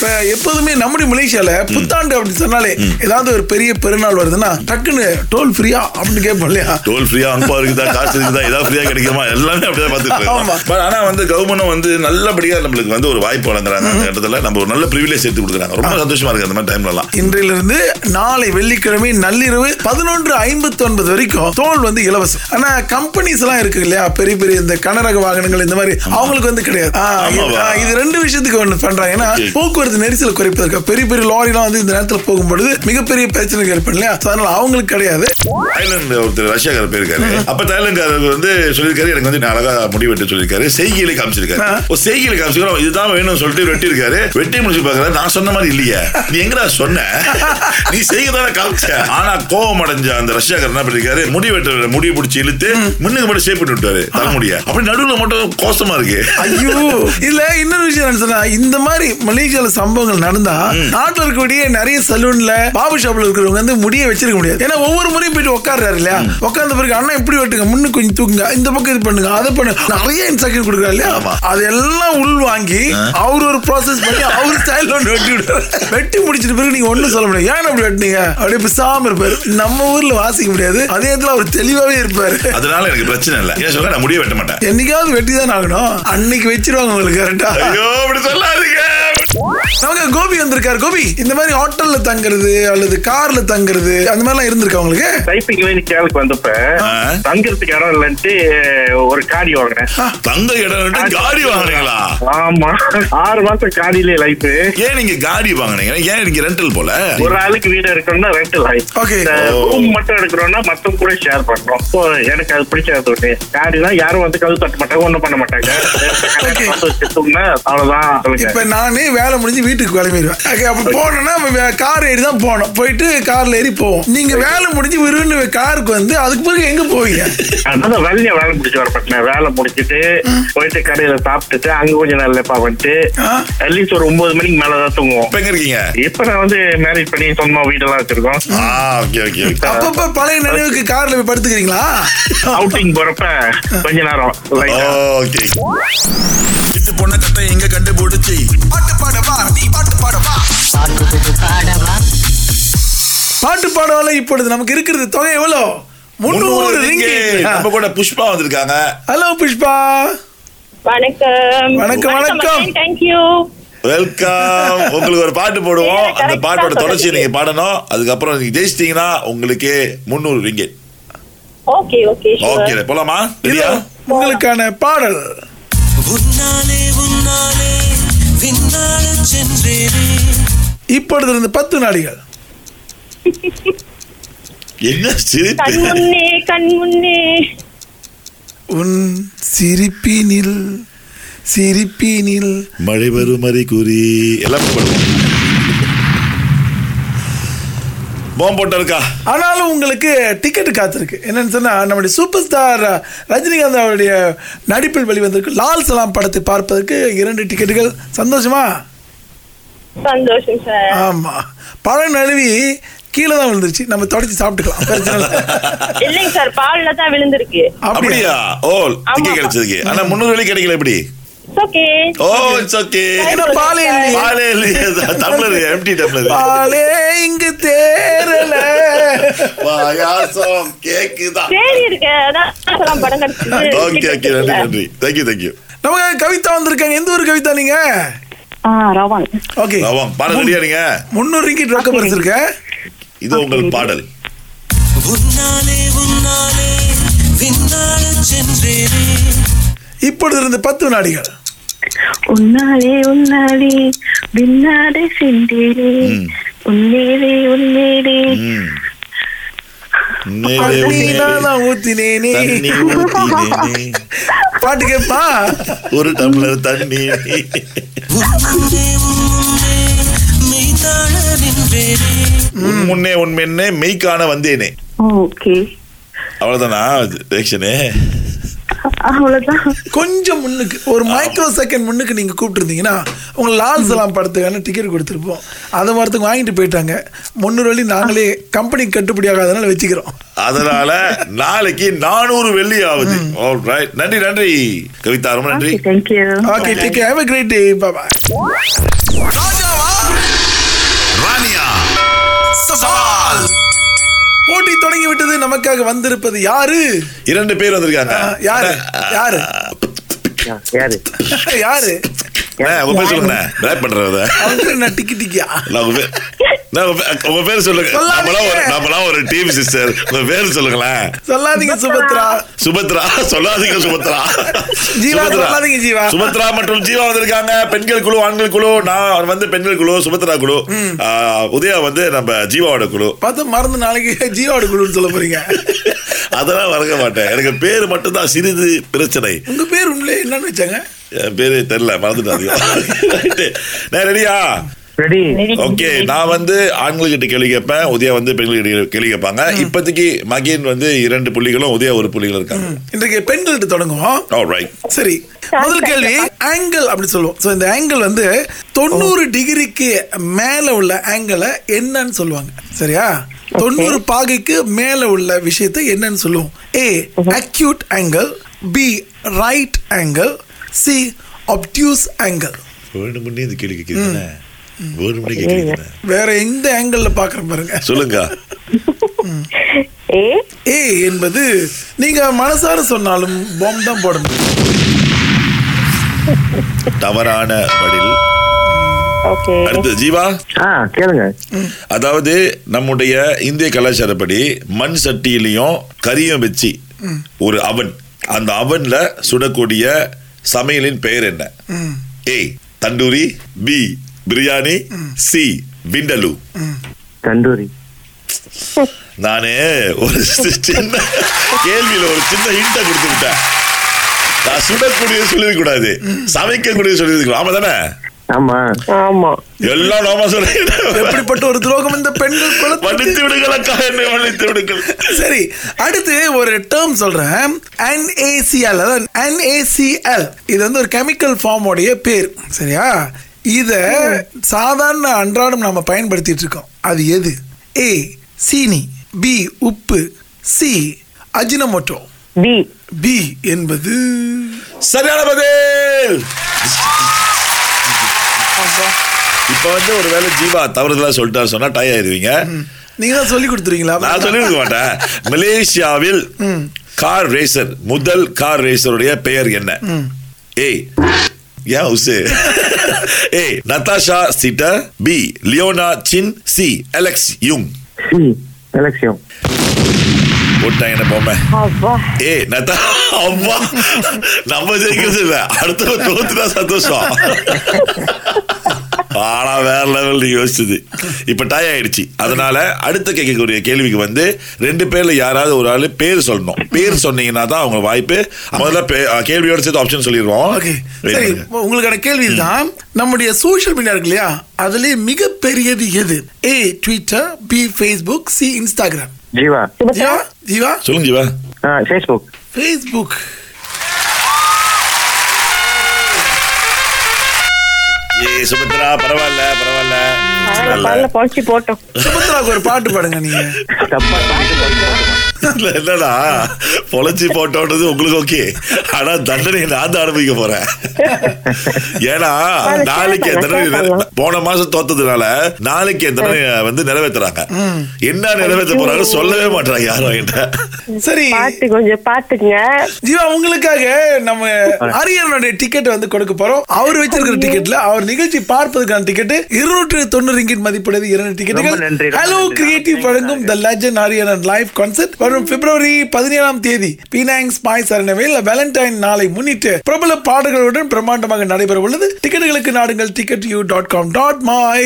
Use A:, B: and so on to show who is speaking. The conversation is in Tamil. A: இப்ப எப்போதுமே நம்முடைய மலேசியால புத்தாண்டு அப்படின்னு சொன்னாலே ஏதாவது ஒரு பெரிய பெருநாள் வருதுன்னா டக்குன்னு டோல் ஃப்ரீயா அப்படின்னு கேட்போம் இல்லையா
B: டோல் ஃப்ரீயா அங்கா இருக்குதா காசு இருக்குதா ஏதாவது ஃப்ரீயா கிடைக்குமா எல்லாமே அப்படிதான் பார்த்துட்டு
A: ஆமா.
B: இருக்கோம் பட் ஆனா வந்து கவர்மெண்ட் வந்து நல்லபடியா நம்மளுக்கு வந்து ஒரு வாய்ப்பு வழங்குறாங்க அந்த இடத்துல நம்ம ஒரு நல்ல ப்ரிவிலேஜ் எடுத்து கொடுக்குறாங்க ரொம்ப சந்தோஷமா இருக்கு அந்த மாதிரி டைம்லலாம்
A: இன்றிலிருந்து நாளை வெள்ளிக்கிழமை நள்ளிரவு பதினொன்று ஐம்பத்தி ஒன்பது வரைக்கும் தோல் வந்து இலவசம் ஆனா கம்பெனிஸ் எல்லாம் இருக்கு இல்லையா பெரிய பெரிய இந்த கனரக வாகனங்கள் இந்த மாதிரி அவங்களுக்கு வந்து கிடையாது ஆ, இது-
B: ஆமாவா?
A: ஆ, இது ரெண்டு விஷயத்துக்கு ஒன்று பண்றாங்க ஏன்னா
B: Okay.
A: போக்குவரத்து நெரிசல் குறைப்பதற்கு பெரிய பெரிய லாரிலாம் வந்து இந்த நேரத்தில் போகும்பொழுது மிகப்பெரிய பிரச்சனைகள் ஏற்படும் இல்லையா So, அதனால அவங்களுக்கு கிடையாது
B: தாய்லாந்து ஒருத்தர் ரஷ்யாக்கார போயிருக்காரு அப்ப தாய்லாந்துக்காரர் வந்து சொல்லியிருக்காரு எனக்கு வந்து நான் அழகா முடி வெட்ட சொல்லியிருக்காரு செய்கையில காமிச்சிருக்காரு ஒரு செய்கையில காமிச்சிருக்காரு இதுதான் வேணும்னு சொல்லிட்டு வெட்டியிருக்காரு வெட்டி முடிச்சு பாக்குறாரு நான் சொன்ன மாதிரி இல்லையே நீ எங்கடா சொன்ன நீ செய்கை தானே காமிச்ச ஆனா கோவம் அடைஞ்ச அந்த ரஷ்யாக்காரர் என்ன பண்ணிருக்காரு முடி வெட்ட முடியை பிடிச்சி இழுத்து முன்னுக்கு மட்டும் ஷேப் பண்ணி விட்டாரு தலைமுடிய அப்படி நடுவுல மட்டும் கோசமா இருக்கு
A: ஐயோ இதுல இன்னொரு விஷயம் என்ன சொன்னா இந்த மாதிரி மலேசியால சம்பவங்கள் நடந்தா நாட்டுல இருக்கக்கூடிய நிறைய சலூன்ல பாபு ஷாப்ல இருக்கிறவங்க வந்து முடிய வச்சிருக்க முடியாது ஏன்னா ஒவ்வொரு முறையும் போயிட்டு உட்கார்றாரு இல்லையா உட்கார்ந்த பிறகு அண்ணா இப்படி வெட்டுங்க முன்னு கொஞ்சம் தூக்குங்க இந்த பக்கம் இது பண்ணுங்க அதை பண்ணுங்க நிறைய இன்ஸ்ட்ரக்ஷன் கொடுக்குறாரு இல்லையா
B: ஆமா.
A: அதெல்லாம் உள் வாங்கி அவர் ஒரு ப்ராசஸ் பண்ணி அவர் ஸ்டைல் ஒன்று வெட்டி விடுறாரு வெட்டி முடிச்சிட்டு பிறகு நீங்க ஒண்ணும் சொல்ல முடியாது ஏன் அப்படி வெட்டினீங்க அப்படியே பிசாம இருப்பாரு நம்ம ஊர்ல வாசிக்க முடியாது அதே இடத்துல அவர் தெளிவாவே இருப்பாரு
B: அதனால எனக்கு பிரச்சனை இல்லை ஏன் சொல்ல நான் முடிய வெட்ட மாட்டேன்
A: என்னைக்காவது வெட்டி தான் ஆகணும் அன்னைக்கு வச்சிருவாங்க உங்களுக்கு கரெக்டா
B: ஐயோ அப்படி சொல்லாதீங்க
A: நமக்கு கோபி வந்திருக்காரு கோபி இந்த மாதிரி ஹோட்டல்ல தங்குறது அல்லது கார்ல தங்குறது அந்த மாதிரிலாம் இருந்திருக்கா உங்களுக்கு
C: டைப்பிங் வேண்டி கேளுக்கு வந்தப்ப
B: ஆ.
C: தங்கறதுக்கு இடம் இல்லைன்ட்டு ஒரு காடி வாங்கினேன்
B: தங்க இடம் விட்டு காடி வாங்குறீங்களா
C: ஆமா ஆறு மாசம் காடியிலே லைஃப்
B: ஏன் நீங்க காடி வாங்குனீங்க ஏன் நீங்க ரெண்டல் போல
C: ஒரு ஆளுக்கு வீடு எடுக்கணும்னா ரெண்டு லைஃப்
A: Okay.
B: ஓ.
C: ரூம் மட்டும் எடுக்கிறோம்னா மத்தவங்க கூட ஷேர் பண்றோம் So, எனக்கு அது பிடிக்காது ஒண்ணு காடினா யாரும் வந்து கழுவு தட்ட மாட்டாங்க ஒண்ணும் பண்ண மாட்டாங்க
A: Okay.
C: வந்து வச்சுட்டோம்னா அவ்வளவுதான்
A: இப்ப
C: சொல்லுங்க
A: நானே வேலை முடிஞ்சு வீட்டுக்கு கிளம்பிடுவேன் Okay, அப்ப போனோம்னா கார் ஏறி தான் போனோம் போயிட்டு கார்ல ஏறி போவோம் நீங்க வேலை முடிஞ்சு விரும்பு காருக்கு வந்து அதுக்கு பிறகு எங்க போவீங்க
C: அதனால வெளியே வேலை முடிச்சு வரப்பட்டேன் வேலை முடிச்சிட்டு போயிட்டு கடையில சாப்பிட்டுட்டு அங்க கொஞ்சம் நல்லப்பா வந்துட்டு
A: ஆ.
C: அட்லீஸ்ட் ஒரு ஒன்பது மணிக்கு மேலதான் தூங்குவோம்
B: இப்ப எங்க இருக்கீங்க
C: இப்ப நான் வந்து மேரேஜ் பண்ணி சொந்தமா வீடெல்லாம் வச்சிருக்கோம்
B: ஆ ஓகே ஓகே
A: அப்பப்ப பழைய நினைவுக்கு கார்ல போய் படுத்துக்கிறீங்களா
C: அவுட்டிங் போறப்ப கொஞ்ச நேரம் light ஆ.
B: ஓகே இது பொண்ண கட்ட எங்க கண்டுபிடிச்சி
D: பாட்டு பாடவா நீ பாட்டு பாடவா
A: பாட்டு பாடவால இப்பொழுது நமக்கு இருக்கிறது தொகை எவ்வளோ முந்நூறு
B: நம்ம
A: ரிங்கி
B: கூட புஷ்பா வந்திருக்காங்க
A: ஹலோ புஷ்பா
E: வணக்கம்
A: வணக்கம், வணக்கம்.
E: தேங்க்யூ
B: வெல்கம் உங்களுக்கு ஒரு பாட்டு போடுவோம் அந்த
E: correct
B: பாட்டோட
E: தான்
B: தொடர்ச்சி
E: சொல்றீங்க.
B: நீங்க பாடணும் அதுக்கப்புறம் நீங்க ஜெயிச்சிட்டீங்கன்னா உங்களுக்கு முந்நூறு ரிங்கெட்
E: ஓகே ஓகே
B: ஓகே போலாமா இல்லையா
A: உங்களுக்கான பாடல்
D: உன்னாலே உன்னாலே விண்ணாடு சென்றேனே
A: இப்பொழுது இருந்து பத்து நாடிகள்
B: என்ன
E: கண்
B: சிரிப்பு
E: முன்னே கண் முன்னே
A: உன் சிரிப்பினில் சிரிப்பினில்
B: மழை வரும் அறிகுறி எல்லாம் போடுவோம் போம் போட்டு இருக்கா
A: ஆனாலும் உங்களுக்கு டிக்கெட் காத்திருக்கு என்னன்னு சொன்னா நம்முடைய சூப்பர் ஸ்டார் ரஜினிகாந்த் அவருடைய நடிப்பில் வெளிவந்திருக்கு லால் சலாம் படத்தை பார்ப்பதற்கு இரண்டு டிக்கெட்டுகள் சந்தோஷமா
E: சந்தோஷம் சார்
A: ஆமா பழம் நழுவி கீழே தான் விழுந்துருச்சு நம்ம தொடச்சி சாப்பிட்டுக்கலாம் பிரச்சனை இல்லை.
E: இல்லைங்க சார் பால்ல தான் விழுந்திருக்கு
B: அப்படியா ஓ
E: ஆமா.
B: டிக்கெட் கிடைச்சதுக்கு ஆனா முந்நூறு வழி கிடைக்கல எப்படி
E: ஓகே
B: ஓ இட்ஸ் ஓகே
A: ஏன்னா பாலே இல்லையே
B: பாலே இல்லையே டம்ளர் எம்டி டம்ளர்
A: பாலே இங்கு தேரல
B: பாயாசம் கேக்குதா
E: சரி இருக்கு அதான் சொல்லலாம் படம் கிடைச்சது
B: ஓகே ஓகே நன்றி நன்றி தேங்க்யூ தேங்க்யூ
A: நமக்கு கவிதா வந்திருக்காங்க எந்த ஒரு கவிதா நீங்க
F: ஆ ரவான்
A: ஓகே
B: ஆமாம் பாடல் ரெடியா நீங்க
A: முன்னூறு ரிங்கிட் ரொக்க பறிச்சிருக்கேன்
B: இது உங்கள் பாடல்
D: உன்னாலே உன்னாலே விண்ணாடு சென்றேனே
A: இப்பொழுது இருந்து பத்து வினாடிகள்
F: உன்னாலே உன்னாலே விண்ணாடு சென்றேனே உன்னேரே உன்னேரே
B: ம். நிலவு
A: அப்படின்னா நான் ஊத்தினேனே
B: தண்ணி ஊத்தினேனே.
A: பாட்டு கேப்பா
B: ஒரு டம்ளர் தண்ணி
D: உன்னுன்னே உன்னுன்னே மெய்தாழ நின்றேனே
B: உன் முன்னே உன் மென்னே மெய்க்கான வந்தேனே
F: ஓகே
B: அவ்வளவுதானா ரேக்ஷனே
F: அவ்வளவுதான்
A: கொஞ்சம் முன்னுக்கு ஒரு மைக்ரோ செகண்ட் முன்னுக்கு நீங்க கூப்பிட்டு இருந்தீங்கன்னா உங்க லால் சலாம் படத்துக்கான டிக்கெட் கொடுத்துருப்போம் அதை வரத்துக்கு வாங்கிட்டு போயிட்டாங்க முந்நூறு வழி நாங்களே கம்பெனி கட்டுப்படியாகாதனால வச்சுக்கிறோம்
B: அதனால நாளைக்கு நானூறு வெள்ளி ஆகுது ஆல் ரைட் நன்றி நன்றி கவிதா ரொம்ப நன்றி
F: thank you
A: okay take have a great day பாபா
D: ராஜாவா சவால்
A: போட்டி தொடங்கி விட்டது நமக்காக வந்திருப்பது யாரு
B: இரண்டு பேர் வந்திருக்காங்க
A: ஆ, யாரு யாரு
C: யாரு
A: யாரு
B: அண்ணா, உங்க பேர் சொல்லுங்க டிரைவ் பண்றத
A: அவங்க என்ன டிக்கி டிக்கியா
B: நான் உங்க பேர் நான் உங்க பேர்- உங்க பேர் சொல்லுங்க
A: சொல்லாதீங்க.
B: நம்மளாம் ஒரு நம்மளாம் ஒரு டீம் சிஸ்டர் உங்க பேர் சொல்லுங்களேன்
A: சொல்லாதீங்க சுபத்ரா
B: சுபத்ரா சொல்லாதீங்க சுபத்ரா
A: ஜீவா,
B: சுபத்ரா.
A: சொல்லாதீங்க ஜீவா.
B: சுபத்ரா மற்றும் ஜீவா வந்திருக்காங்க பெண்கள் குழு ஆண்கள் குழு நான் வந்து பெண்கள் குழு சுபத்ரா குழு ஆ, உதயா வந்து நம்ம ஜீவாவோட குழு
A: பார்த்தா மறந்து நாளைக்கு ஜீவாடு குழுன்னு சொல்ல போறீங்க
B: அதெல்லாம் மறக்க மாட்டேன் எனக்கு பேர் மட்டும்தான் சிறிது பிரச்சனை
A: உங்க பேர் உண்மையிலே என்னன்னு வச்சாங்க
B: என் பேரு தெரியல மறந்துட்டாதீங்க நான் ரெடியா
C: ரெடி
B: ஓகே நான் வந்து ஆண்கள்கிட்ட கேள்வி கேட்பேன் உதயா வந்து பெண்கள்கிட்ட கேள்வி கேட்பாங்க இப்போதைக்கு மகேன் வந்து இரண்டு புள்ளிகளும் உதயா ஒரு புள்ளிகளும் இருக்காங்க
A: இன்றைக்கு பெண்கள்கிட்ட தொடங்குவோம்
B: ஆல்ரைட்
A: சரி முதல் கேள்வி ஆங்கிள் அப்படி சொல்லுவோம் ஸோ இந்த ஆங்கிள் வந்து தொண்ணூறு டிகிரிக்கு மேல உள்ள ஆங்கிளை என்னன்னு சொல்லுவாங்க சரியா தொண்ணூறு பாகைக்கு மேல உள்ள விஷயத்தை என்னன்னு சொல்லுவோம் A acute angle B right angle C obtuse angle
B: வேணும் பண்ணி இந்த கேள்வி கேட்குறீங்க வேணும் பண்ணி கேட்குறீங்க
A: வேற எந்த ஆங்கிள் பாக்குற பாருங்க
B: சொல்லுங்க
F: ஏ
A: ஏ என்பது நீங்க மனசார சொன்னாலும் பாம் தான் போடணும்
B: தவறான பதில்
F: ஓகே
B: அடுத்து ஜீவா
C: ஆ கேளுங்க
B: அதாவது நம்முடைய இந்திய கலாச்சாரப்படி மண் சட்டியிலையும் கறியும் வச்சு ஒரு அவன் அந்த அவன்ல சுடக்கூடிய சமையலின் பெயர் என்ன A tandoori B biryani C vindaloo
C: tandoori
B: naan ஒரு சின்ன கேள்வியில ஒரு சின்ன ஹிண்ட கொடுத்து விட்டேன் நான் சுடக்கூடிய சொல்லிருக்க கூடாது சமைக்கக்கூடிய சொல்லிருக்கணும் ஆமா தானே
C: ஆமா
F: ஆமா
B: எல்லாம் நாம சொல்ல
A: எப்படிப்பட்ட ஒரு துரோகம் இந்த பெண்கள் குலத்துக்கு
B: மன்னித்து விடுங்கள் அக்கா என்னை மன்னித்து விடுங்கள்
A: சரி அடுத்து ஒரு டேர்ம் சொல்றேன் NaCl அதாவது NaCl இது வந்து ஒரு கெமிக்கல் ஃபார்மோடைய பேர் சரியா இத சாதாரண அன்றாடம் நாம பயன்படுத்திட்டு இருக்கோம் அது எது ஏ சீனி பி உப்பு சி அஜினமோட்டோ
F: பி
A: பி என்பது
B: சரியான பதில் இப்ப வந்து ஒரு வேளை ஜீவா தவறுதலா சொல்லிட்டா சொன்னா டை ஆயிருவீங்க
A: நீங்க தான் சொல்லி கொடுத்துருவீங்களா
B: நான் சொல்லிருக்க மாட்டேன் மலேசியாவில் கார் ரேசர் முதல் கார் ரேசருடைய பெயர் என்ன ஏய் ஏன் உசு A Natasha cheetah B Leona Chin C Alex Yoong
C: C election
B: போட்டாங்க என்ன பொம்மை
F: அப்பா
B: ஏய் நத்தா அம்மா நம்ம ஜெயிக்கிறது இல்ல அடுத்த தோத்துனா சந்தோஷம் ஆனா வேற லெவல் யோசிச்சது இப்ப டை ஆயிடுச்சு அதனால அடுத்த கேட்கக்கூடிய கேள்விக்கு வந்து ரெண்டு பேர்ல யாராவது ஒரு ஆளு பேர் சொல்லணும் பேர் சொன்னீங்கன்னா தான் அவங்க வாய்ப்பு முதல்ல பே- அஹ் கேள்வியோட சேர்த்து ஆப்ஷன் சொல்லிடுவோம்
A: ஓகே சரி உங்களுக்கான கேள்வி தான் நம்முடைய சோஷியல் மீடியா இருக்கு இல்லையா அதுல மிகப்பெரியது எது A Twitter B Facebook C Instagram
C: Jeeva
A: Jeeva Jeeva
B: சொல்லுங்க ஜீவா
C: ஆ ஃபேஸ்புக்
A: ஃபேஸ்புக்
B: ஏ சுபத்ரா பரவாயில்ல பரவாயில்ல நல்ல.
F: பல்ல பொழிச்சு போட்டோம்
A: சுபத்ராவுக்கு ஒரு பாட்டு பாடுங்க நீங்க
C: தப்பா
B: இல்ல, என்னடா பொழைச்சி போட்டோன்றது உங்களுக்கு ஓகே ஆனா தண்டனை நான் தான் அனுபவிக்க போறேன் ஏன்னா
F: அதை
B: நாளைக்கு என்
F: share
B: தண்டனை
F: பண்ணலாம், share
B: நிறை- போன மாசம் தோத்ததுனால நாளைக்கு என் தண்டனை வந்து நிறைவேத்துறாங்க என்ன நிறைவேற்ற போறாங்க சொல்லவே மாட்டாங்க யாரும் என்கிட்ட
A: சரி
F: பாத்து கொஞ்சம் பாத்துங்க
A: ஜீவா உங்களுக்காக நம்ம அரியனுடைய டிக்கெட் வந்து கொடுக்க போறோம் அவர் வச்சிருக்கிற டிக்கெட்ல அவர் நிகழ்ச்சி பார்ப்பதற்கான டிக்கெட் இருநூற்று தொண்ணூறு ரிங்கிட் மதிப்புடையது இரண்டு
C: ரொம்ப நன்றி,
A: டிக்கெட்டுகள்
C: ரொம்ப
A: ஹலோ
C: நன்றி.
A: கிரியேட்டிவ் வழங்கும் the legend Aryan and live concert வரும் பிப்ரவரி பதினேழாம் தேதி பீனாங் ஸ்பாய் சரணவேல் வேலண்டைன் நாளை முன்னிட்டு பிரபல பாடல்களுடன் பிரம்மாண்டமாக நடைபெற உள்ளது டிக்கெட்டுகளுக்கு நாடுங்கள் ticket U dot com dot my